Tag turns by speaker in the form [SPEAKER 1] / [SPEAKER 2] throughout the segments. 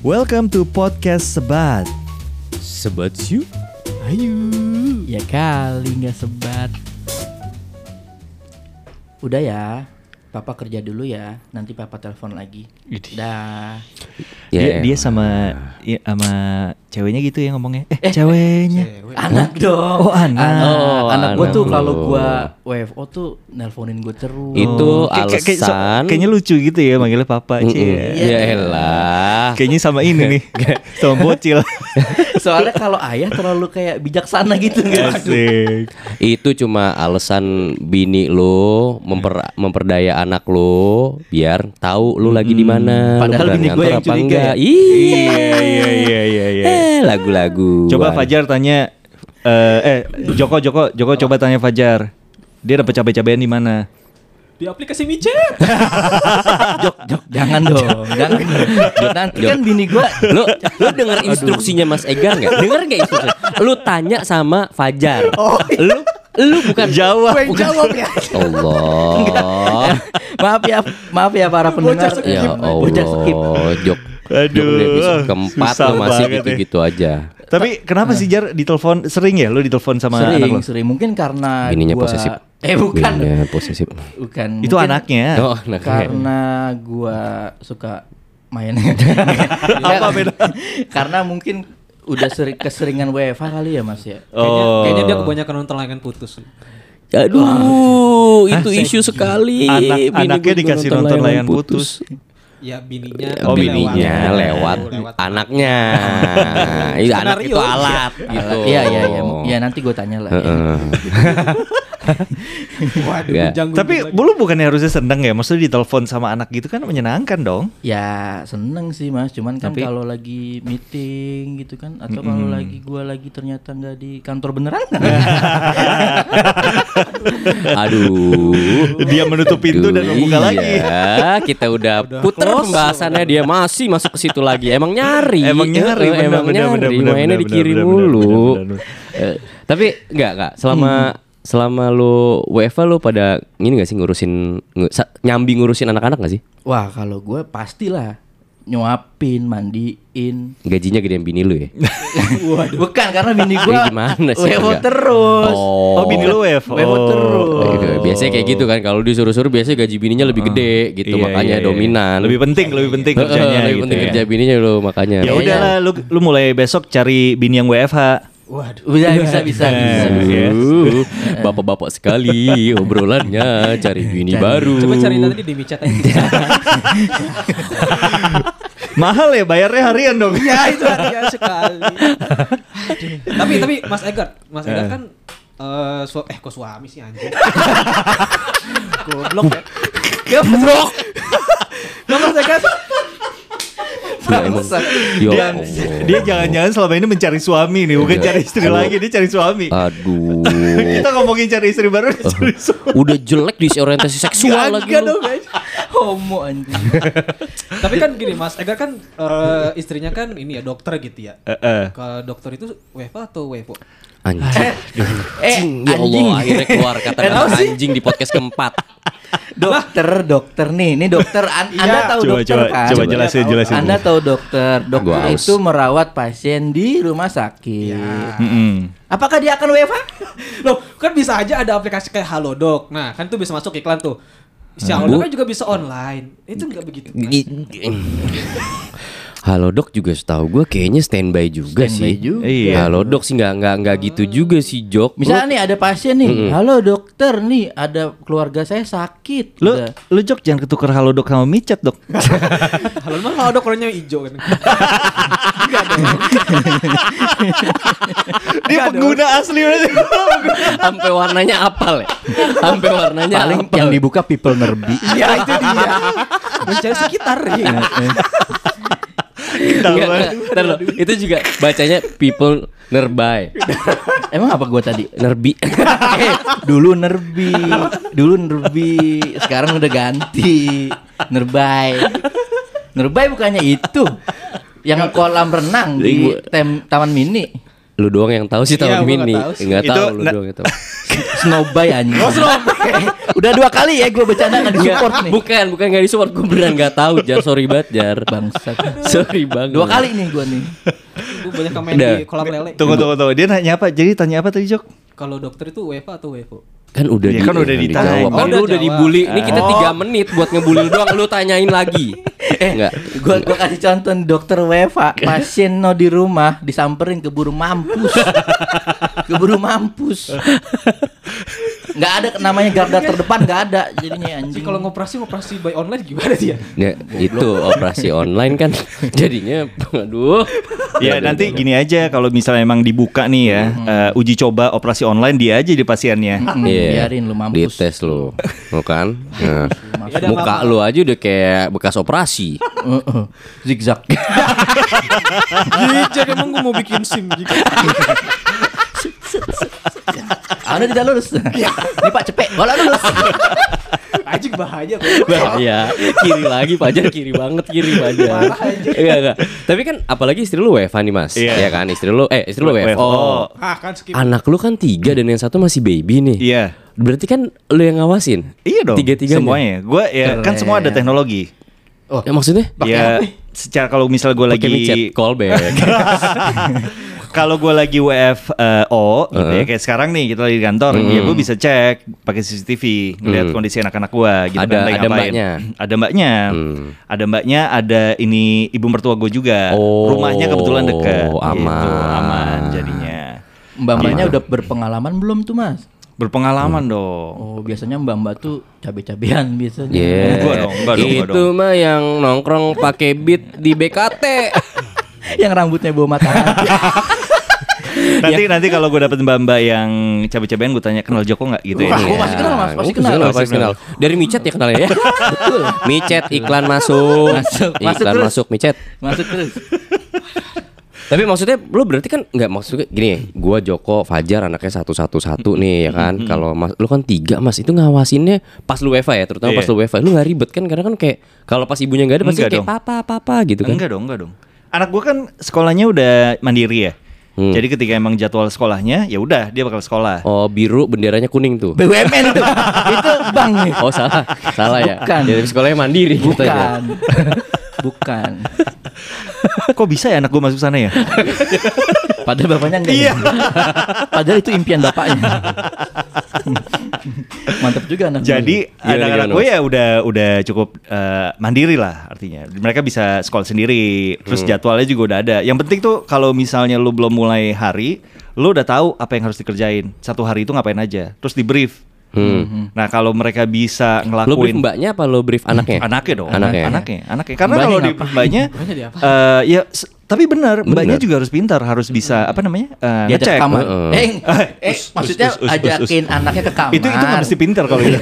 [SPEAKER 1] Welcome to podcast Sebat.
[SPEAKER 2] Sebat you?
[SPEAKER 3] Ayo. Ya kali nggak sebat. Udah ya. Papa kerja dulu ya. Nanti papa telepon lagi.
[SPEAKER 2] Idih.
[SPEAKER 3] Dah.
[SPEAKER 1] Dia,
[SPEAKER 2] Iya,
[SPEAKER 1] dia sama i- sama ceweknya gitu ya ngomongnya. Eh, ceweknya.
[SPEAKER 3] Anak dong.
[SPEAKER 1] Oh, anak.
[SPEAKER 2] Oh,
[SPEAKER 3] anak gue
[SPEAKER 2] anak
[SPEAKER 3] tuh
[SPEAKER 2] lu.
[SPEAKER 3] kalau gua WFO tuh nelponin gue terus.
[SPEAKER 2] Itu
[SPEAKER 1] Oh. Kayak- kayak- kayak so-
[SPEAKER 2] alasan.
[SPEAKER 1] kayaknya lucu gitu ya manggilnya papa.
[SPEAKER 2] Mm-mm.
[SPEAKER 3] Iya.
[SPEAKER 2] Ah.
[SPEAKER 1] Cie.
[SPEAKER 2] Ya elah.
[SPEAKER 1] Kayaknya sama ini nih. sama bocil.
[SPEAKER 3] Soalnya kalau ayah terlalu kayak bijaksana gitu nggak?
[SPEAKER 1] Asik.
[SPEAKER 2] Itu cuma alasan bini lo memper- memperdaya anak lo biar tahu lo lagi di mana.
[SPEAKER 3] Padahal
[SPEAKER 2] lo beneran
[SPEAKER 3] bini gue
[SPEAKER 2] ngantor
[SPEAKER 3] yang
[SPEAKER 2] apa
[SPEAKER 3] curiga
[SPEAKER 2] enggak.
[SPEAKER 3] ya?
[SPEAKER 2] Iya.
[SPEAKER 1] Iya iya iya iya.
[SPEAKER 2] Eh, lagu-lagu.
[SPEAKER 1] Coba Fajar tanya eh, eh Joko Joko Joko coba tanya Fajar. Dia dapat cabai-cabean di mana?
[SPEAKER 4] di aplikasi WeChat.
[SPEAKER 3] Jok, jok, jangan dong. jangan. Nanti kan bini gue
[SPEAKER 2] Lo lo dengar instruksinya Mas Egar nggak? Dengar nggak instruksinya? Lo tanya sama Fajar. Lo lo bukan
[SPEAKER 1] Jawab.
[SPEAKER 3] Gue yang Oh, iya. jawab ya.
[SPEAKER 2] Allah.
[SPEAKER 3] maaf ya, maaf ya para pendengar.
[SPEAKER 2] Ya
[SPEAKER 3] Bocah skip.
[SPEAKER 2] Allah, Jok.
[SPEAKER 1] Aduh,
[SPEAKER 2] Jok udah episode keempat
[SPEAKER 1] susah
[SPEAKER 2] lo masih
[SPEAKER 1] banget ya.
[SPEAKER 2] gitu-gitu aja.
[SPEAKER 1] Tapi kenapa sih Jar ditelepon sering ya lu ditelepon sama anak
[SPEAKER 3] sering
[SPEAKER 1] lu?
[SPEAKER 3] sering mungkin karena
[SPEAKER 2] Bininya
[SPEAKER 3] gua-
[SPEAKER 2] posesif.
[SPEAKER 3] eh bukan
[SPEAKER 2] Bininya Iya, posesif.
[SPEAKER 3] bukan
[SPEAKER 1] Itu
[SPEAKER 3] Mungkin
[SPEAKER 1] anaknya.
[SPEAKER 2] Oh, anak
[SPEAKER 3] karena gua suka main
[SPEAKER 1] Apa beda?
[SPEAKER 3] karena mungkin udah seri- keseringan WFH kali ya mas ya
[SPEAKER 4] Kayaknya,
[SPEAKER 1] Oh.
[SPEAKER 4] kayaknya dia kebanyakan nonton langit putus.
[SPEAKER 2] Aduh, Ah, itu isu sekali.
[SPEAKER 1] Anak-
[SPEAKER 2] Bini iya, gua
[SPEAKER 1] anaknya
[SPEAKER 2] juga
[SPEAKER 1] dikasih nonton layangan putus.
[SPEAKER 4] Ya bininya.
[SPEAKER 2] Ya,
[SPEAKER 1] Oh,
[SPEAKER 4] tapi
[SPEAKER 2] bininya lewat, anaknya. Iya, anak itu
[SPEAKER 4] Skenario.
[SPEAKER 2] alat gitu.
[SPEAKER 3] iya iya iya ya nanti gue tanya lah ya.
[SPEAKER 2] Heeh.
[SPEAKER 4] Waduh,
[SPEAKER 2] Ya.
[SPEAKER 4] gunjang
[SPEAKER 1] Tapi
[SPEAKER 4] gunjing lagi.
[SPEAKER 1] lu bukannya harusnya seneng ya? Maksudnya ditelepon sama anak gitu kan menyenangkan dong.
[SPEAKER 3] ya seneng sih mas cuman kan
[SPEAKER 2] Tapi-
[SPEAKER 3] kalau lagi meeting gitu kan atau kalau lagi gua lagi ternyata nggak di kantor beneran
[SPEAKER 2] Aduh.
[SPEAKER 1] Dia menutup pintu dan
[SPEAKER 2] Aduh,
[SPEAKER 1] membuka lagi.
[SPEAKER 2] iya. kita udah puter pembahasannya dia masih masuk ke situ lagi. Emang nyari.
[SPEAKER 1] Emang nyari,
[SPEAKER 2] Eh,
[SPEAKER 1] benar,
[SPEAKER 2] emang
[SPEAKER 1] benar,
[SPEAKER 2] nyari.
[SPEAKER 1] benar, benar,
[SPEAKER 2] Mainnya
[SPEAKER 1] benar,
[SPEAKER 2] dikirim
[SPEAKER 1] benar, benar,
[SPEAKER 2] mulu.
[SPEAKER 1] benar, benar, Hmm.
[SPEAKER 2] Eh, tapi enggak enggak selama selama lu WFA lu pada ini gak sih ngurusin ngu- sa- nyambi ngurusin anak-anak gak sih?
[SPEAKER 3] wah kalau gua pastilah nyuapin mandiin
[SPEAKER 2] Gajinya gedean bini lu ya?
[SPEAKER 3] Bukan karena bini gua
[SPEAKER 2] Ya gimana sih?
[SPEAKER 3] WFO
[SPEAKER 2] Enggak.
[SPEAKER 3] terus.
[SPEAKER 1] Oh, bini lu WFO.
[SPEAKER 3] WFO terus.
[SPEAKER 2] Gitu. Biasanya kayak gitu kan kalau disuruh-suruh biasanya gaji bininya lebih gede gitu
[SPEAKER 1] Iya,
[SPEAKER 2] makanya
[SPEAKER 1] iya, iya.
[SPEAKER 2] dominan.
[SPEAKER 1] Lebih penting, lebih penting
[SPEAKER 2] Heeh,
[SPEAKER 1] kerjanya
[SPEAKER 2] lebih
[SPEAKER 1] gitu
[SPEAKER 2] penting
[SPEAKER 1] ya.
[SPEAKER 2] kerja bininya lu makanya.
[SPEAKER 1] Ya udahlah lu lu mulai besok cari bini yang WFH.
[SPEAKER 4] Waduh.
[SPEAKER 3] Udah bisa bisa bisa.
[SPEAKER 1] Yes.
[SPEAKER 2] Aduh, Iya. Bapak-bapak sekali obrolannya cari bini baru.
[SPEAKER 4] Coba cari nanti di WeChat aja.
[SPEAKER 1] Mahal ya bayarnya harian dong.
[SPEAKER 4] ya
[SPEAKER 2] Iya,
[SPEAKER 4] itu harian sekali. Aduh. tapi tapi Mas Egar, Mas Egar kan eh su- eh kok suami sih anjing. Goblok ya.
[SPEAKER 2] Blok.
[SPEAKER 4] Nah, Mas Egar
[SPEAKER 2] Ya, emang. Ya
[SPEAKER 1] Dia,
[SPEAKER 2] Allah.
[SPEAKER 1] dia jangan-jangan selama ini mencari suami nih, bukan
[SPEAKER 2] Iya.
[SPEAKER 1] cari istri
[SPEAKER 2] Aduh. Ah.
[SPEAKER 1] lagi, dia cari suami.
[SPEAKER 2] Aduh.
[SPEAKER 1] Kita ngomongin cari istri baru, dia cari suami.
[SPEAKER 2] Udah jelek disorientasi seksual lagi.
[SPEAKER 3] Agak dong
[SPEAKER 2] lu.
[SPEAKER 3] guys. Homo anjing.
[SPEAKER 4] tapi kan gini Mas Egar kan eh, istrinya kan ini ya dokter gitu ya.
[SPEAKER 1] Heeh.
[SPEAKER 4] Ke dokter itu WFA atau WFO?
[SPEAKER 2] Anjing.
[SPEAKER 3] Eh,
[SPEAKER 2] ya Allah,
[SPEAKER 3] anjing.
[SPEAKER 2] akhirnya keluar kata
[SPEAKER 3] Eh, tahu sih.
[SPEAKER 2] anjing di podcast keempat.
[SPEAKER 3] Dokter, dokter nih. Ini dokter An-
[SPEAKER 4] Iya.
[SPEAKER 3] Anda tahu
[SPEAKER 1] Coba,
[SPEAKER 3] dokter
[SPEAKER 1] coba,
[SPEAKER 3] kan?
[SPEAKER 1] coba jelasin, jelasin.
[SPEAKER 3] Anda tahu dokter. Dokter
[SPEAKER 2] Gua aus.
[SPEAKER 3] itu merawat pasien di rumah sakit.
[SPEAKER 1] Iya. Mm-mm.
[SPEAKER 3] Apakah dia akan WFH?
[SPEAKER 4] Loh, kan bisa aja ada aplikasi kayak Halodoc. Nah, kan itu bisa masuk iklan tuh. Si
[SPEAKER 1] Nah,
[SPEAKER 2] Hmm.
[SPEAKER 4] Halodoc
[SPEAKER 2] Bu.
[SPEAKER 4] kan juga bisa online. Itu nggak begitu.
[SPEAKER 2] Halo dok juga setahu gue kayaknya standby juga
[SPEAKER 3] Standby
[SPEAKER 2] sih.
[SPEAKER 3] juga.
[SPEAKER 1] Iya.
[SPEAKER 2] Halo dok sih nggak nggak nggak gitu juga sih Jok. Lu-
[SPEAKER 3] Misalnya nih ada pasien nih. Halo dokter nih, ada keluarga saya sakit.
[SPEAKER 1] Lu,
[SPEAKER 3] Udah.
[SPEAKER 1] lu jok jangan ketuker halodoc sama micat dok.
[SPEAKER 4] Halodoc mah Halodoc warnanya hijau kan.
[SPEAKER 1] dia pengguna asli berarti.
[SPEAKER 2] sampai warnanya apal ya sampai warnanya
[SPEAKER 3] paling
[SPEAKER 2] apal.
[SPEAKER 3] yang dibuka people nerbi.
[SPEAKER 4] Iya, itu dia. Mencari sekitar ya.
[SPEAKER 3] Iya.
[SPEAKER 2] Nggak, nggak, ntar lo. itu juga bacanya people nearby
[SPEAKER 3] Emang apa gua tadi?
[SPEAKER 2] nerbi
[SPEAKER 3] Eh, dulu nerbi, dulu nerbi, sekarang udah ganti nerbai. Nerbai bukannya itu yang kolam renang di tem- taman mini.
[SPEAKER 2] lu doang yang tahu sih tahun
[SPEAKER 4] Iya, gua nggak
[SPEAKER 2] ini.
[SPEAKER 4] tahu sih.
[SPEAKER 2] Enggak
[SPEAKER 1] Itu
[SPEAKER 2] tahu lu
[SPEAKER 1] na-
[SPEAKER 2] doang yang tahu.
[SPEAKER 3] Snowbay anjing. Udah dua kali ya gue bercanda nggak
[SPEAKER 2] Nggak,
[SPEAKER 3] disupport nih.
[SPEAKER 2] Bukan, bukan enggak disupport gue beneran enggak tahu Jar, sorry banget Jar.
[SPEAKER 3] Bangsat.
[SPEAKER 2] Sorry banget.
[SPEAKER 3] Dua kali nih gue nih.
[SPEAKER 4] Gue banyak komen
[SPEAKER 2] Udah.
[SPEAKER 4] di kolam lele.
[SPEAKER 1] Tunggu tunggu tunggu. Dia nanya apa? Jadi tanya apa tadi Jok?
[SPEAKER 4] Kalau dokter itu UEFA atau WFO?
[SPEAKER 2] Kan udah
[SPEAKER 1] Iya,
[SPEAKER 2] di-
[SPEAKER 1] kan udah ditanya.
[SPEAKER 2] dijawab. Kan
[SPEAKER 4] Oh,
[SPEAKER 2] lu
[SPEAKER 4] udah
[SPEAKER 2] udah
[SPEAKER 4] jawab.
[SPEAKER 2] dibully. Ini kita 3 menit buat ngebully lu doang, lu tanyain lagi. Eh, enggak.
[SPEAKER 3] Gue gua kasih contoh nih, dokter Weva pasien no di rumah disamperin keburu mampus keburu mampus nggak ada namanya garda terdepan nggak ada jadinya
[SPEAKER 4] Jadi
[SPEAKER 3] anjing
[SPEAKER 4] kalau ngoperasi ngoperasi by online gimana dia?
[SPEAKER 2] Ya, itu operasi online kan jadinya aduh.
[SPEAKER 1] Ya nanti gini aja kalau misalnya emang dibuka nih ya eh, uji coba operasi online dia aja di pasiennya.
[SPEAKER 3] Mm,
[SPEAKER 2] Iya.
[SPEAKER 3] biarin lu mampus
[SPEAKER 2] Dites lu. Lu kan? Nah,
[SPEAKER 4] Ya udah,
[SPEAKER 2] Muka
[SPEAKER 4] nggak apa-apa.
[SPEAKER 2] lu aja udah kayak bekas operasi.
[SPEAKER 3] Heeh. zigzag
[SPEAKER 4] Jijik emang gue mau bikin SIM. jijik.
[SPEAKER 3] anda tidak lulus
[SPEAKER 2] Iya.
[SPEAKER 3] ini pak cepet kalau lulus
[SPEAKER 4] Anjing bahaya bro.
[SPEAKER 3] Nah,
[SPEAKER 2] Bahaya. Iya, Kiri lagi Fajar kiri banget kiri Fajar. Iya enggak. Tapi kan apalagi istri lu WFH nih Mas.
[SPEAKER 1] Iya.
[SPEAKER 2] Iya kan istri lu eh istri lu WFO.
[SPEAKER 4] Ah kan skip.
[SPEAKER 2] Anak lu kan tiga dan yang satu masih baby nih.
[SPEAKER 1] Iya.
[SPEAKER 2] Berarti kan lu yang ngawasin.
[SPEAKER 1] Iya dong.
[SPEAKER 2] Tiga-tiganya.
[SPEAKER 1] Semuanya. Gue ya kan semua ada
[SPEAKER 3] Keren.
[SPEAKER 1] teknologi.
[SPEAKER 2] Oh. Ya maksudnya?
[SPEAKER 3] Iya,
[SPEAKER 1] ya secara kalau misalnya gue
[SPEAKER 2] Pakai
[SPEAKER 1] lagi
[SPEAKER 2] micet call back.
[SPEAKER 1] kalau gue lagi WFO gitu ya
[SPEAKER 2] Heeh.
[SPEAKER 1] kayak sekarang nih kita lagi di kantor ya gue bisa cek pakai CCTV ngeliat
[SPEAKER 2] Hmm.
[SPEAKER 1] kondisi anak-anak gue gitu
[SPEAKER 2] Ada-
[SPEAKER 1] lagi
[SPEAKER 2] ada mbaknya?
[SPEAKER 1] ada mbaknya
[SPEAKER 2] Hmm.
[SPEAKER 1] ada mbaknya ada ini ibu mertua gue juga
[SPEAKER 2] Oh,
[SPEAKER 1] rumahnya kebetulan dekat gitu,
[SPEAKER 2] aman.
[SPEAKER 1] aman jadinya
[SPEAKER 3] mbak-mbaknya
[SPEAKER 2] Iya.
[SPEAKER 3] udah berpengalaman belum tuh mas
[SPEAKER 1] berpengalaman dong
[SPEAKER 3] oh biasanya mbak-mbak tuh cabe-cabean biasanya
[SPEAKER 2] Iya.
[SPEAKER 1] Enggak dong, enggak dong, enggak
[SPEAKER 2] Itu mah yang nongkrong pakai beat di BKT.
[SPEAKER 3] yang rambutnya bawa matahari
[SPEAKER 1] nanti
[SPEAKER 2] Iya.
[SPEAKER 1] nanti kalau gue dapet mbak-mbak yang cabe-cabean gue tanya kenal Joko nggak gitu ya
[SPEAKER 3] Wah, gua
[SPEAKER 2] Iya.
[SPEAKER 3] masih kenal, Mas. Masih
[SPEAKER 2] Oh,
[SPEAKER 3] kenal.
[SPEAKER 2] pasti kenal. Dari micet ya kenalnya ya. Betul. micet iklan masuk.
[SPEAKER 3] Masuk, masuk
[SPEAKER 2] iklan
[SPEAKER 3] terus.
[SPEAKER 2] masuk micet.
[SPEAKER 3] masuk terus
[SPEAKER 2] Tapi maksudnya lu berarti kan nggak maksudnya gini, gua Joko Fajar anaknya satu satu satu nih ya kan. Kalau mas lu kan tiga mas itu ngawasinnya pas lu WFA ya, terutama pas
[SPEAKER 1] Iya.
[SPEAKER 2] lu WFA lu nggak ribet kan karena kan kayak kalau pas ibunya nggak ada pasti
[SPEAKER 1] Enggak
[SPEAKER 2] kayak
[SPEAKER 1] dong.
[SPEAKER 2] papa papa gitu kan.
[SPEAKER 1] Enggak dong, enggak dong. Anak gua kan sekolahnya udah mandiri ya.
[SPEAKER 2] Hmm.
[SPEAKER 1] Jadi ketika emang jadwal sekolahnya, ya udah dia bakal sekolah.
[SPEAKER 2] Oh biru benderanya kuning tuh.
[SPEAKER 3] BUMN itu itu bank nih
[SPEAKER 2] Oh salah, salah ya.
[SPEAKER 3] Bukan.
[SPEAKER 2] Jadi sekolahnya mandiri gitu ya.
[SPEAKER 3] bukan bukan
[SPEAKER 1] Kok bisa ya anak gua masuk sana ya?
[SPEAKER 3] padahal bapaknya enggak ya?
[SPEAKER 2] Iya.
[SPEAKER 3] padahal itu impian bapaknya mantap juga anak
[SPEAKER 1] Jadi
[SPEAKER 2] Gimana,
[SPEAKER 1] anak-anak
[SPEAKER 2] gimana,
[SPEAKER 1] gue
[SPEAKER 2] Mas?
[SPEAKER 1] ya udah udah cukup eh, mandiri lah artinya. Mereka bisa sekolah sendiri, terus
[SPEAKER 2] Hmm.
[SPEAKER 1] jadwalnya juga udah ada. Yang penting tuh kalau misalnya lu belum mulai hari, lu udah tahu apa yang harus dikerjain. Satu hari itu ngapain aja, terus di brief. Nah, kalau mereka bisa
[SPEAKER 2] Lo Hmm. brief
[SPEAKER 1] ngelakuin
[SPEAKER 2] mbaknya apa lo brief anaknya?
[SPEAKER 1] Anaknya dong.
[SPEAKER 2] Anaknya. ya?
[SPEAKER 1] Anaknya. anaknya. Karena
[SPEAKER 3] Mbaknya
[SPEAKER 1] kalau di
[SPEAKER 3] ngapain?
[SPEAKER 1] mbaknya
[SPEAKER 4] Mbaknya dia apa?
[SPEAKER 1] eh, ya s- tapi benar, mbaknya
[SPEAKER 2] Benar.
[SPEAKER 1] juga harus pintar, harus bisa apa namanya? eh,
[SPEAKER 3] diajak
[SPEAKER 1] ngecek.
[SPEAKER 3] ke kamar
[SPEAKER 2] Heeh.
[SPEAKER 3] eh,
[SPEAKER 1] Us,
[SPEAKER 3] eh,
[SPEAKER 1] us,
[SPEAKER 3] maksudnya
[SPEAKER 1] us, us, us,
[SPEAKER 3] ajakin anaknya ke kamar
[SPEAKER 1] Itu itu nggak mesti pintar kalau gitu.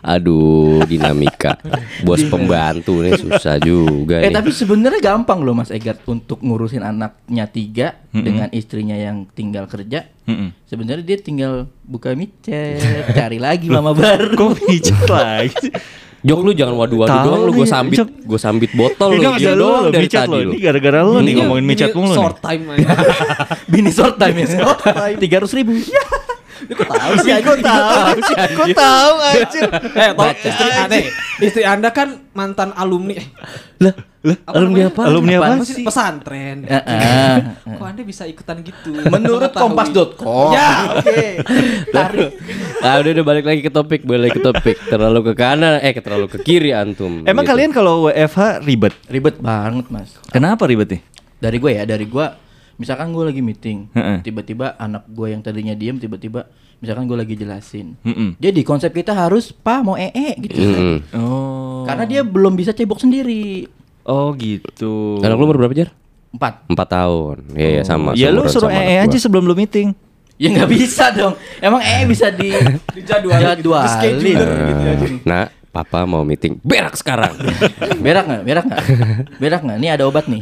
[SPEAKER 2] Aduh, dinamika. Bos pembantu nih susah juga
[SPEAKER 3] eh
[SPEAKER 2] nih.
[SPEAKER 3] tapi sebenarnya gampang loh Mas Egat untuk ngurusin anaknya tiga dengan istrinya yang tinggal kerja
[SPEAKER 1] Mm-mm.
[SPEAKER 3] sebenarnya dia tinggal buka micet cari lagi mama baru
[SPEAKER 1] Kok ngecek lagi?
[SPEAKER 2] Jok lu jangan waduh-waduh
[SPEAKER 1] Tahu
[SPEAKER 2] doang lu gue
[SPEAKER 1] nih,
[SPEAKER 2] sambit,
[SPEAKER 1] Jok.
[SPEAKER 2] gue sambit
[SPEAKER 1] Ini
[SPEAKER 2] botol lu
[SPEAKER 1] gara-gara
[SPEAKER 2] dia
[SPEAKER 1] lu,
[SPEAKER 2] doang
[SPEAKER 1] lu
[SPEAKER 2] dari
[SPEAKER 1] micet
[SPEAKER 2] tadi Iya,
[SPEAKER 1] lo.
[SPEAKER 2] lu.
[SPEAKER 1] Ini gara-gara lu nih ngomongin micet
[SPEAKER 4] Ini
[SPEAKER 1] mulu nih.
[SPEAKER 4] Short time aja.
[SPEAKER 3] bini short time ya tiga ratus ribu
[SPEAKER 4] Iya.
[SPEAKER 3] Iya,
[SPEAKER 4] Tahu sih aku tahu.
[SPEAKER 1] Kok tahu anjir?
[SPEAKER 4] Eh, tau istri Anda, istri Anda kan mantan alumni. eh,
[SPEAKER 2] Lah, lah,
[SPEAKER 4] Apa
[SPEAKER 2] alumni
[SPEAKER 4] namanya?
[SPEAKER 2] apa?
[SPEAKER 1] Alumni apa?
[SPEAKER 4] Apa sih pesantren?
[SPEAKER 3] Heeh.
[SPEAKER 4] Kok Anda bisa ikutan gitu?
[SPEAKER 3] Ya, Menurut
[SPEAKER 4] Mengetahui.
[SPEAKER 3] kompas.com.
[SPEAKER 4] Ya, oke.
[SPEAKER 2] Tarik. Ah, udah udah balik lagi ke topik, balik ke topik. Terlalu ke kanan, eh terlalu ke kiri antum.
[SPEAKER 1] Emang
[SPEAKER 2] Gitu.
[SPEAKER 1] kalian kalau WFH ribet?
[SPEAKER 3] ribet banget mas
[SPEAKER 1] Kenapa ribet nih?
[SPEAKER 3] dari gue ya dari gue misalkan gue lagi meeting
[SPEAKER 1] Heeh.
[SPEAKER 3] tiba-tiba anak gue yang tadinya diem tiba-tiba misalkan gue lagi jelasin
[SPEAKER 1] Mm-mm.
[SPEAKER 3] jadi konsep kita harus pa mau ee gitu
[SPEAKER 2] Mm-mm.
[SPEAKER 1] Oh.
[SPEAKER 3] karena dia belum bisa cebok sendiri
[SPEAKER 1] Oh gitu.
[SPEAKER 2] Anak lu umur berapa, Jar?
[SPEAKER 3] empat
[SPEAKER 2] Empat tahun. Iya, iya, sama.
[SPEAKER 1] ya lu
[SPEAKER 2] seumuran
[SPEAKER 1] suruh
[SPEAKER 2] sama anak
[SPEAKER 1] ee
[SPEAKER 2] gua.
[SPEAKER 1] aja sebelum lu meeting.
[SPEAKER 3] ya nggak bisa dong emang ee bisa di
[SPEAKER 4] Dijadwalin gitu,
[SPEAKER 3] jadwalin.
[SPEAKER 4] discheduler gitu ya.
[SPEAKER 2] Nah, papa mau meeting berak sekarang.
[SPEAKER 3] berak nggak berak nggak berak nggak nih ada obat nih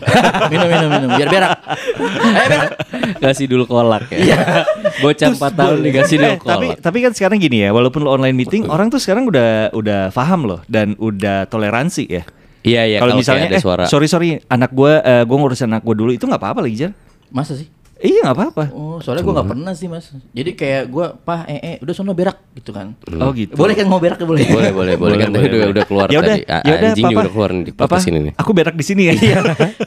[SPEAKER 3] minum minum minum biar berak eh berak
[SPEAKER 2] Kasih dulu kolak ya. Bocah 4 tahun dikasih dulu
[SPEAKER 1] Iya. Eh, tapi
[SPEAKER 2] kolak.
[SPEAKER 1] tapi kan sekarang gini ya, walaupun lo online meeting, orang tuh sekarang udah udah paham loh dan udah toleransi ya.
[SPEAKER 2] Iya iya
[SPEAKER 1] kalau
[SPEAKER 2] kayak
[SPEAKER 1] misalnya
[SPEAKER 2] ada
[SPEAKER 1] eh,
[SPEAKER 2] suara.
[SPEAKER 1] sorry sorry anak gue gue ngurusin anak gue dulu itu nggak apa-apa lagi jar
[SPEAKER 3] Masa sih?
[SPEAKER 1] Iya nggak apa-apa.
[SPEAKER 3] Oh, soalnya gue nggak pernah sih mas. Jadi kayak gue, pah, eh, eh, udah sono berak gitu kan.
[SPEAKER 1] Oh gitu.
[SPEAKER 3] Boleh kan mau berak boleh.
[SPEAKER 2] Boleh, boleh, boleh. Kan tadi udah, udah keluar
[SPEAKER 1] ya udah,
[SPEAKER 2] tadi. A-
[SPEAKER 1] ya udah,
[SPEAKER 2] anjingnya
[SPEAKER 1] Papa.
[SPEAKER 2] udah keluar nih di
[SPEAKER 1] Papa,
[SPEAKER 2] podcast ini nih. Iya.
[SPEAKER 1] Aku berak di sini ya.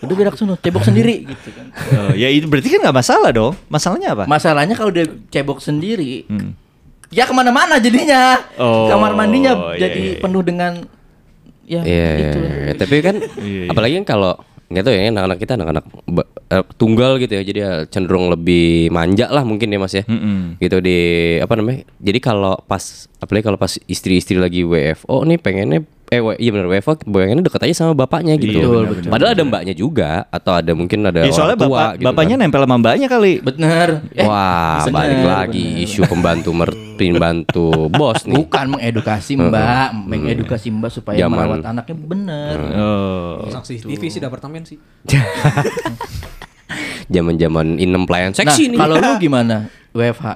[SPEAKER 3] udah berak sono, cebok sendiri gitu kan.
[SPEAKER 1] Oh, ya itu berarti kan nggak masalah dong. Masalahnya apa?
[SPEAKER 3] Masalahnya kalau dia cebok sendiri,
[SPEAKER 1] Hmm.
[SPEAKER 3] ya kemana-mana jadinya.
[SPEAKER 1] Oh,
[SPEAKER 3] Kamar mandinya
[SPEAKER 1] iya,
[SPEAKER 3] jadi
[SPEAKER 1] iya, iya.
[SPEAKER 3] penuh dengan ya
[SPEAKER 2] Iya,
[SPEAKER 3] gitu.
[SPEAKER 2] iya, iya. tapi kan
[SPEAKER 1] Iya, iya.
[SPEAKER 2] apalagi kan kalau nggak tahu ya anak-anak kita anak-anak ba- eh, tunggal gitu ya jadi ya cenderung lebih manja lah mungkin ya mas ya
[SPEAKER 1] Mm-mm.
[SPEAKER 2] gitu di apa namanya jadi kalau pas apalagi kalau pas istri-istri lagi WFO nih pengennya eh w- iya bener WFO pengennya deket aja sama bapaknya gitu
[SPEAKER 1] Iya, bener, betul.
[SPEAKER 2] padahal ada mbaknya juga atau ada mungkin ada
[SPEAKER 1] Ya, soalnya
[SPEAKER 2] orang tua
[SPEAKER 1] bapak,
[SPEAKER 2] gitu kan. Iya.
[SPEAKER 1] bapaknya nempel sama mbaknya kali.
[SPEAKER 3] Bener. Eh,
[SPEAKER 2] Wah,
[SPEAKER 3] bener,
[SPEAKER 2] balik
[SPEAKER 3] bener.
[SPEAKER 2] lagi isu pembantu mertin bantu bos nih.
[SPEAKER 3] Bukan mengedukasi Mbak, mengedukasi Mbak supaya
[SPEAKER 2] Zaman.
[SPEAKER 3] merawat anaknya bener.
[SPEAKER 1] Oh.
[SPEAKER 4] Saksi TV sih di apartemen sih.
[SPEAKER 2] Zaman-zaman inem pelayan
[SPEAKER 3] Nah,
[SPEAKER 2] seksi nih.
[SPEAKER 3] kalau lu gimana? WFH.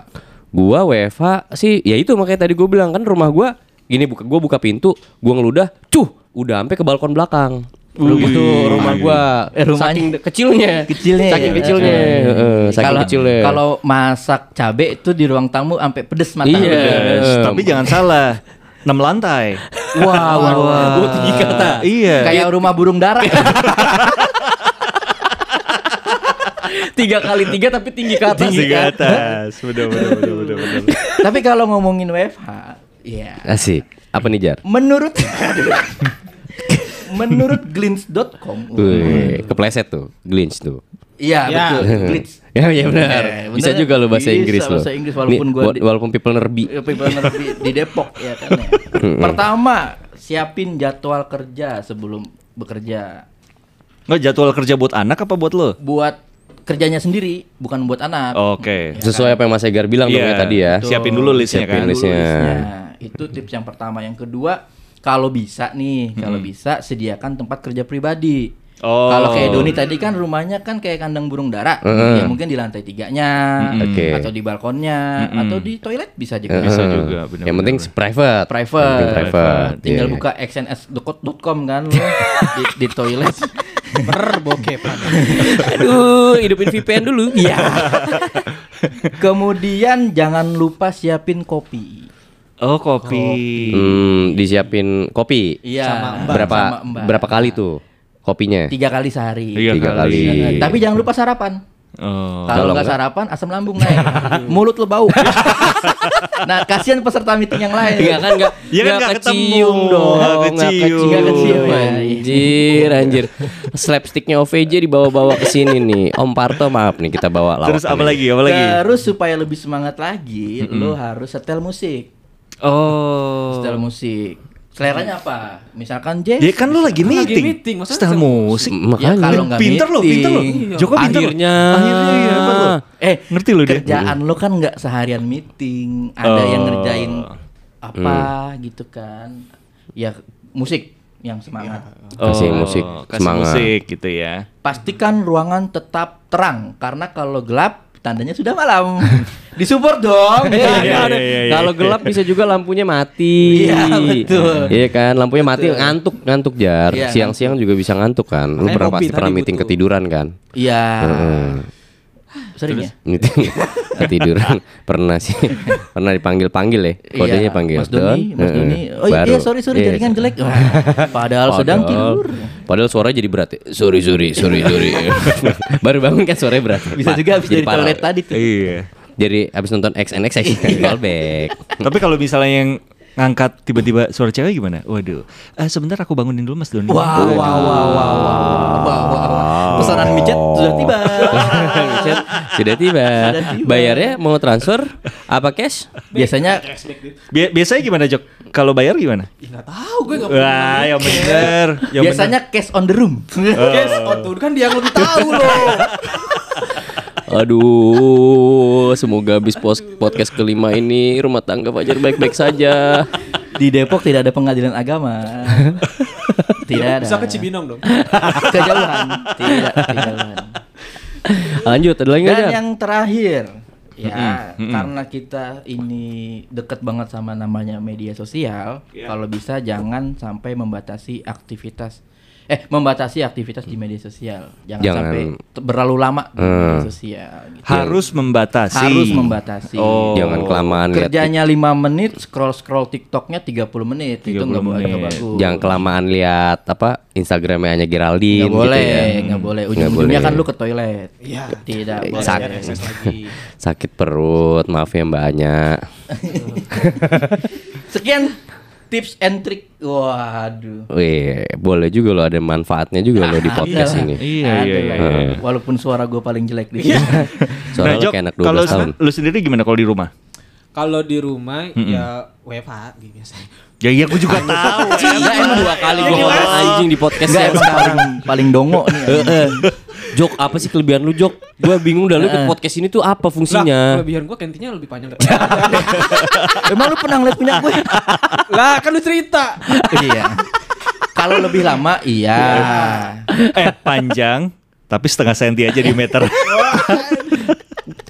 [SPEAKER 2] gua WFA sih ya itu makanya tadi gue bilang kan rumah gua gini buka gua buka pintu gua ngeludah cuh udah sampai ke balkon belakang Lu
[SPEAKER 1] Wih.
[SPEAKER 2] itu rumah gua
[SPEAKER 3] Eh, rumahnya-
[SPEAKER 2] saking de- kecilnya
[SPEAKER 3] Kecilnya
[SPEAKER 2] saking
[SPEAKER 3] ya?
[SPEAKER 2] kecilnya heeh, Eh, saking
[SPEAKER 3] Kalau
[SPEAKER 2] kecilnya
[SPEAKER 3] kalau masak cabe itu di ruang tamu sampai pedes mata. Gitu.
[SPEAKER 2] Iya.
[SPEAKER 1] Yes,
[SPEAKER 2] Eh,
[SPEAKER 1] tapi jangan salah. 6 lantai.
[SPEAKER 2] wah wah wah gua tinggi kata
[SPEAKER 1] Ah, iya.
[SPEAKER 3] Kayak rumah burung dara.
[SPEAKER 2] Iya. tiga kali tiga tapi tinggi ke atas
[SPEAKER 1] Tinggi ke
[SPEAKER 2] ya.
[SPEAKER 1] atas. Bener bener bener bener. bener.
[SPEAKER 3] Tapi kalau ngomongin WFH, ya
[SPEAKER 2] asik apa nih jar
[SPEAKER 3] menurut menurut glints.com.
[SPEAKER 2] Wih, kepleset tuh glinch tuh
[SPEAKER 3] Iya,
[SPEAKER 4] Ya.
[SPEAKER 3] betul. Glints.
[SPEAKER 2] ya ya benar
[SPEAKER 3] Eh,
[SPEAKER 2] bisa
[SPEAKER 3] bener.
[SPEAKER 2] juga lo bahasa
[SPEAKER 3] Bisa
[SPEAKER 2] Inggris lo
[SPEAKER 3] bahasa Inggris, walaupun
[SPEAKER 2] Nih,
[SPEAKER 3] gua
[SPEAKER 2] wa-
[SPEAKER 3] di-
[SPEAKER 2] walaupun people nerbi
[SPEAKER 3] Ya, people ngerti di Depok ya kan. ya. Pertama, siapin jadwal kerja sebelum bekerja.
[SPEAKER 1] Nggak jadwal kerja buat anak apa buat lo?
[SPEAKER 3] Buat kerjanya sendiri, bukan buat anak.
[SPEAKER 1] Oke.
[SPEAKER 2] Ya sesuai apa yang Mas Egar bilang dong
[SPEAKER 1] Iya,
[SPEAKER 2] ya tadi ya
[SPEAKER 1] Betul. Oh, siapin dulu listnya
[SPEAKER 2] Siapin
[SPEAKER 1] kan.
[SPEAKER 2] list. listnya.
[SPEAKER 3] Itu tips yang pertama. Yang kedua, kalau bisa nih, kalau bisa sediakan tempat kerja pribadi.
[SPEAKER 1] Hmm. Oh.
[SPEAKER 3] Kalau kayak Doni tadi kan rumahnya kan kayak kandang burung dara, ya mungkin di lantai tiganya,
[SPEAKER 1] Hmm.
[SPEAKER 2] Oke.
[SPEAKER 3] atau di balkonnya, atau di toilet bisa juga.
[SPEAKER 1] Bisa
[SPEAKER 2] Heeh.
[SPEAKER 1] juga, benar-benar.
[SPEAKER 2] Yang penting private.
[SPEAKER 3] Private.
[SPEAKER 2] Yang penting private.
[SPEAKER 3] Tinggal
[SPEAKER 2] Iya.
[SPEAKER 3] buka xns.com kan lo di, di toilet.
[SPEAKER 4] Bener bokep.
[SPEAKER 2] Aduh, hidupin VPN dulu. Iya.
[SPEAKER 3] Kemudian jangan lupa siapin kopi.
[SPEAKER 1] Oh kopi.
[SPEAKER 2] Hmm, disiapin kopi.
[SPEAKER 3] Iya.
[SPEAKER 4] Sama Mbak.
[SPEAKER 2] Berapa
[SPEAKER 3] Sama Mbak.
[SPEAKER 2] berapa kali tuh kopinya?
[SPEAKER 3] Tiga kali sehari.
[SPEAKER 1] Tiga
[SPEAKER 2] Tiga
[SPEAKER 1] kali.
[SPEAKER 2] kali.
[SPEAKER 3] Tapi jangan lupa sarapan.
[SPEAKER 1] Iya, Oh.
[SPEAKER 3] Kalau
[SPEAKER 2] Kalau
[SPEAKER 3] nggak
[SPEAKER 2] nggak-
[SPEAKER 3] sarapan asam lambung naik, mulut lo bau. nah kasihan peserta meeting yang lain.
[SPEAKER 2] Iya kan enggak
[SPEAKER 1] Iya kan, nggak
[SPEAKER 2] kecium
[SPEAKER 1] ketemu.
[SPEAKER 2] dong.
[SPEAKER 1] Nggak
[SPEAKER 2] nggak
[SPEAKER 1] kecium.
[SPEAKER 2] Nggak
[SPEAKER 3] Nggak kecium, ya.
[SPEAKER 2] Anjir, anjir. Slapsticknya OVJ dibawa-bawa ke sini nih. Om Parto maaf nih kita bawa lawak.
[SPEAKER 1] Terus apa
[SPEAKER 2] nih.
[SPEAKER 1] lagi? Apa lagi?
[SPEAKER 3] Terus supaya lebih semangat lagi, lo harus setel musik.
[SPEAKER 1] Oh.
[SPEAKER 3] Setel musik. Seleranya apa? Misalkan jazz.
[SPEAKER 1] Ya kan lu lagi
[SPEAKER 4] Lagi
[SPEAKER 1] meeting.
[SPEAKER 4] meeting,
[SPEAKER 1] Style
[SPEAKER 4] maksudnya sama-
[SPEAKER 1] musik.
[SPEAKER 2] Makanya.
[SPEAKER 3] Ya, kalau nggak
[SPEAKER 1] pinter lo, pinter lo.
[SPEAKER 3] meeting.
[SPEAKER 1] Joko pinter lo.
[SPEAKER 2] Akhirnya.
[SPEAKER 1] Akhirnya iya, apa lo?
[SPEAKER 3] Eh,
[SPEAKER 1] ngerti lo dia.
[SPEAKER 3] Kerjaan lo kan nggak seharian meeting, ada yang
[SPEAKER 1] Oh. Hmm.
[SPEAKER 3] ngerjain apa gitu kan. Ya musik yang
[SPEAKER 1] Iya.
[SPEAKER 3] semangat.
[SPEAKER 2] Kasih musik,
[SPEAKER 1] Oh, kasih
[SPEAKER 2] semangat.
[SPEAKER 1] musik gitu ya.
[SPEAKER 3] Pastikan ruangan tetap terang karena kalau gelap tandanya sudah malam. Disupport dong.
[SPEAKER 2] Iya,
[SPEAKER 1] iya,
[SPEAKER 2] kan?
[SPEAKER 1] iya, iya, iya.
[SPEAKER 2] Kalau gelap bisa juga lampunya mati.
[SPEAKER 3] Iya, betul.
[SPEAKER 2] Iya kan, lampunya mati ngantuk ngantuk jar.
[SPEAKER 3] Iya,
[SPEAKER 2] Siang-siang juga bisa ngantuk kan. Lu
[SPEAKER 4] Makanya
[SPEAKER 2] pernah
[SPEAKER 4] kopi
[SPEAKER 2] pasti
[SPEAKER 4] tadi
[SPEAKER 2] pernah meeting
[SPEAKER 4] butuh.
[SPEAKER 2] ketiduran kan?
[SPEAKER 3] Iya.
[SPEAKER 2] Heeh.
[SPEAKER 3] Sering ya?
[SPEAKER 2] Meeting ketiduran pernah sih. pernah dipanggil-panggil ya. Kodenya
[SPEAKER 3] Iya,
[SPEAKER 2] panggil.
[SPEAKER 3] Mas Doni,
[SPEAKER 2] Don.
[SPEAKER 3] Mas
[SPEAKER 2] Heeh.
[SPEAKER 3] Doni. Oh iya,
[SPEAKER 2] Baru.
[SPEAKER 3] sorry sorry
[SPEAKER 2] Iya.
[SPEAKER 3] jaringan jelek. Wah, Padahal sedang tidur.
[SPEAKER 2] Padahal suaranya jadi berat. ya. Sorry, sorry, sorry, sorry. Baru bangun kan suaranya berat.
[SPEAKER 3] Bisa juga habis dari toilet Iya. tadi tuh.
[SPEAKER 1] Iya.
[SPEAKER 2] Jadi abis nonton XNX ya? callback.
[SPEAKER 1] Tapi kalau misalnya yang ngangkat tiba-tiba suara cewek gimana? Waduh. Eh sebentar aku bangunin dulu Mas Doni.
[SPEAKER 3] Wah, wah, wah, wah, wah, wah, wah, wah, wah. Pesanan micet sudah tiba.
[SPEAKER 2] Chat sudah tiba.
[SPEAKER 3] Sudah tiba.
[SPEAKER 2] Bayarnya mau transfer apa cash?
[SPEAKER 3] Biasanya
[SPEAKER 1] Bia- biasanya gimana Jok? Kalau bayar gimana?
[SPEAKER 4] Ih enggak tahu gue enggak
[SPEAKER 1] Wah, yang bener. Yang
[SPEAKER 3] biasanya cash on the room.
[SPEAKER 4] Yes, oh tuh kan dia yang lebih tahu loh.
[SPEAKER 2] Aduh, semoga habis pos- podcast kelima ini rumah tangga Fajar baik-baik saja.
[SPEAKER 3] Di Depok tidak ada pengadilan agama. Tidak Iya, ada.
[SPEAKER 4] Bisa ke Cibinong dong.
[SPEAKER 3] Kejauhan. Tidak, kejauhan.
[SPEAKER 2] Lanjut, ada lagi nggak,
[SPEAKER 3] Dan
[SPEAKER 2] Jar?
[SPEAKER 3] yang terakhir, ya karena kita ini dekat banget sama namanya media sosial, kalau bisa jangan sampai membatasi aktivitas eh membatasi aktivitas di media sosial. Jangan,
[SPEAKER 2] Jangan.
[SPEAKER 3] sampai te- berlalu lama di
[SPEAKER 2] Hmm.
[SPEAKER 3] media sosial. gitu.
[SPEAKER 1] Harus membatasi.
[SPEAKER 3] Harus membatasi.
[SPEAKER 1] Oh.
[SPEAKER 2] Jangan kelamaan lihat
[SPEAKER 3] Kerjanya 5 menit, scroll-scroll TikToknya 30 menit. itu
[SPEAKER 1] 30
[SPEAKER 3] nggak bo- nggak
[SPEAKER 1] menit.
[SPEAKER 3] bagus.
[SPEAKER 2] jangan kelamaan lihat apa Instagramnya hanya
[SPEAKER 3] Nggak
[SPEAKER 2] Geraldine gitu
[SPEAKER 3] boleh,
[SPEAKER 2] ya.
[SPEAKER 3] nggak boleh.
[SPEAKER 2] Nggak
[SPEAKER 3] Ujung-ujungnya
[SPEAKER 2] boleh.
[SPEAKER 3] kan lu ke toilet.
[SPEAKER 4] Iya.
[SPEAKER 3] Tidak
[SPEAKER 2] Eh,
[SPEAKER 3] boleh.
[SPEAKER 2] sakit.
[SPEAKER 4] Biar ekses lagi.
[SPEAKER 2] Sakit perut, maaf ya Mbak Anya.
[SPEAKER 3] Sekian tips and trick. Waduh.
[SPEAKER 2] Wih, boleh juga loh ada manfaatnya juga loh di podcast
[SPEAKER 3] Iyalah.
[SPEAKER 2] ini.
[SPEAKER 1] Iya, iya,
[SPEAKER 3] Aduh.
[SPEAKER 1] iya,
[SPEAKER 2] iya.
[SPEAKER 3] Walaupun suara gue paling jelek di sini.
[SPEAKER 1] Nah,
[SPEAKER 2] Soalnya lo
[SPEAKER 1] Jok,
[SPEAKER 2] kayak anak
[SPEAKER 1] kalau
[SPEAKER 2] 12 tahun.
[SPEAKER 1] sen- lu sendiri gimana kalau di rumah?
[SPEAKER 4] Kalau di rumah ya WFH gitu biasanya.
[SPEAKER 1] Ya iya aku juga tahu.
[SPEAKER 2] Enggak emang dua kali gue ngomong anjing di podcast
[SPEAKER 3] Enggak
[SPEAKER 2] ya.
[SPEAKER 3] emang paling paling dongo nih.
[SPEAKER 2] Heeh. Jok apa sih kelebihan lu Jok? Gue bingung dah lu ikut podcast ini tuh apa
[SPEAKER 4] Lah,
[SPEAKER 2] fungsinya?
[SPEAKER 4] kelebihan gua kentinya lebih panjang dari
[SPEAKER 3] Emang lu pernah ngeliat punya gue?
[SPEAKER 4] Lah, kan lu cerita.
[SPEAKER 3] iya. Kalau lebih lama iya.
[SPEAKER 1] eh panjang tapi setengah senti aja di meter.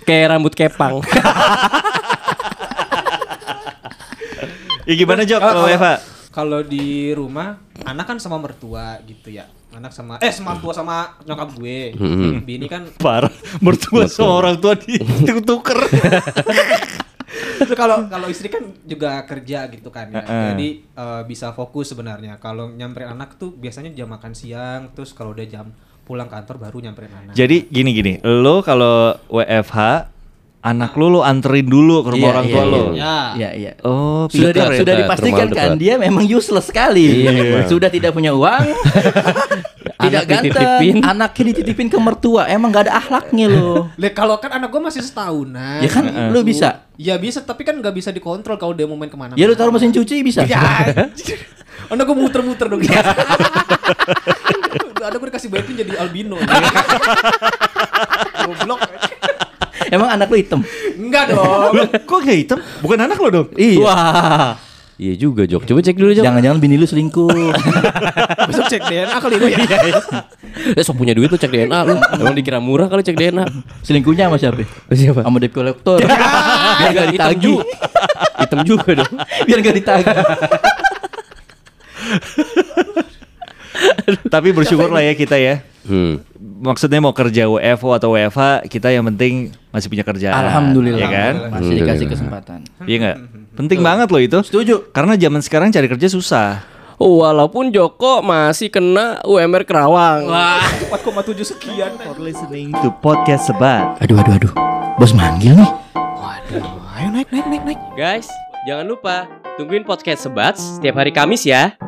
[SPEAKER 2] Kayak rambut kepang.
[SPEAKER 1] ya gimana Jok
[SPEAKER 4] Eh, Kalau-
[SPEAKER 1] kalau
[SPEAKER 4] kalau-
[SPEAKER 1] Eva?
[SPEAKER 4] Kalau di rumah anak kan sama mertua gitu ya. Anak sama eh sama mertua sama nyokap gue.
[SPEAKER 3] Mm-hmm.
[SPEAKER 4] Bini kan
[SPEAKER 1] Parah, mertua sama orang tua di tuker.
[SPEAKER 4] Terus kalau kalau istri kan juga kerja gitu kan ya.
[SPEAKER 1] Heeh.
[SPEAKER 4] Jadi eh, bisa fokus sebenarnya. Kalau nyamperin anak tuh biasanya jam makan siang terus kalau udah jam pulang kantor baru nyamperin anak.
[SPEAKER 1] Jadi gini gini, lo kalau WFH anak lo lo anterin dulu ke rumah
[SPEAKER 3] Iya,
[SPEAKER 1] orang
[SPEAKER 3] iya,
[SPEAKER 1] tua lo.
[SPEAKER 4] iya.
[SPEAKER 3] Iya iya.
[SPEAKER 1] Oh, pinter
[SPEAKER 3] Sudah, di-
[SPEAKER 1] ya.
[SPEAKER 3] sudah
[SPEAKER 2] Dekat,
[SPEAKER 3] dipastikan
[SPEAKER 2] rumah
[SPEAKER 3] kan
[SPEAKER 2] dekat.
[SPEAKER 3] dia memang useless sekali.
[SPEAKER 2] Iya, emang.
[SPEAKER 3] Sudah tidak punya uang. tidak
[SPEAKER 2] Anak dititipin.
[SPEAKER 3] ganteng. Anaknya dititipin ke mertua. Emang gak ada akhlaknya lo.
[SPEAKER 4] Lah kalau kan anak gue masih setahunan.
[SPEAKER 3] Ya kan,
[SPEAKER 4] gitu.
[SPEAKER 3] lu bisa.
[SPEAKER 4] Ya bisa, tapi kan nggak bisa dikontrol kalau dia mau main kemana.
[SPEAKER 3] Ya lu taruh mesin cuci bisa.
[SPEAKER 4] Ya. anjir. Anak gue muter-muter dong. Ya. Anak gue dikasih bayar pun jadi albino. iya. Goblok.
[SPEAKER 3] Emang anak lu hitam.
[SPEAKER 4] Enggak dong.
[SPEAKER 1] Loh, kok kayak hitam? Bukan anak lo dong.
[SPEAKER 3] Iya. Wah.
[SPEAKER 2] Iya juga Jok. Coba cek dulu Jok.
[SPEAKER 3] Jangan-jangan bini lu selingkuh.
[SPEAKER 4] Besok cek DNA kali lu ya.
[SPEAKER 2] Eh, sok punya duit lu cek DNA lu. Emang dikira murah kali cek DNA.
[SPEAKER 3] Selingkuhnya sama siapa?
[SPEAKER 2] Siapa?
[SPEAKER 3] Sama debt collector. Biar gak
[SPEAKER 2] Hitam
[SPEAKER 3] ditagih.
[SPEAKER 2] juga. Hitam juga dong.
[SPEAKER 3] Biar gak ditagih.
[SPEAKER 1] Tapi bersyukur lah ya kita ya.
[SPEAKER 2] Hmm.
[SPEAKER 1] Maksudnya mau kerja WFO atau WFH, kita yang penting masih punya kerjaan.
[SPEAKER 3] Alhamdulillah.
[SPEAKER 1] Ya kan?
[SPEAKER 3] Masih dikasih kesempatan.
[SPEAKER 1] Iya nggak? Penting banget loh itu. Setuju. Karena zaman sekarang cari kerja susah.
[SPEAKER 2] Oh, Walaupun Joko masih kena UMR Kerawang.
[SPEAKER 4] 4,7 sekian.
[SPEAKER 1] For listening to podcast sebat.
[SPEAKER 3] Aduh, aduh, aduh. Bos manggil nih.
[SPEAKER 2] Guys, jangan lupa tungguin podcast Sebats setiap hari Kamis ya.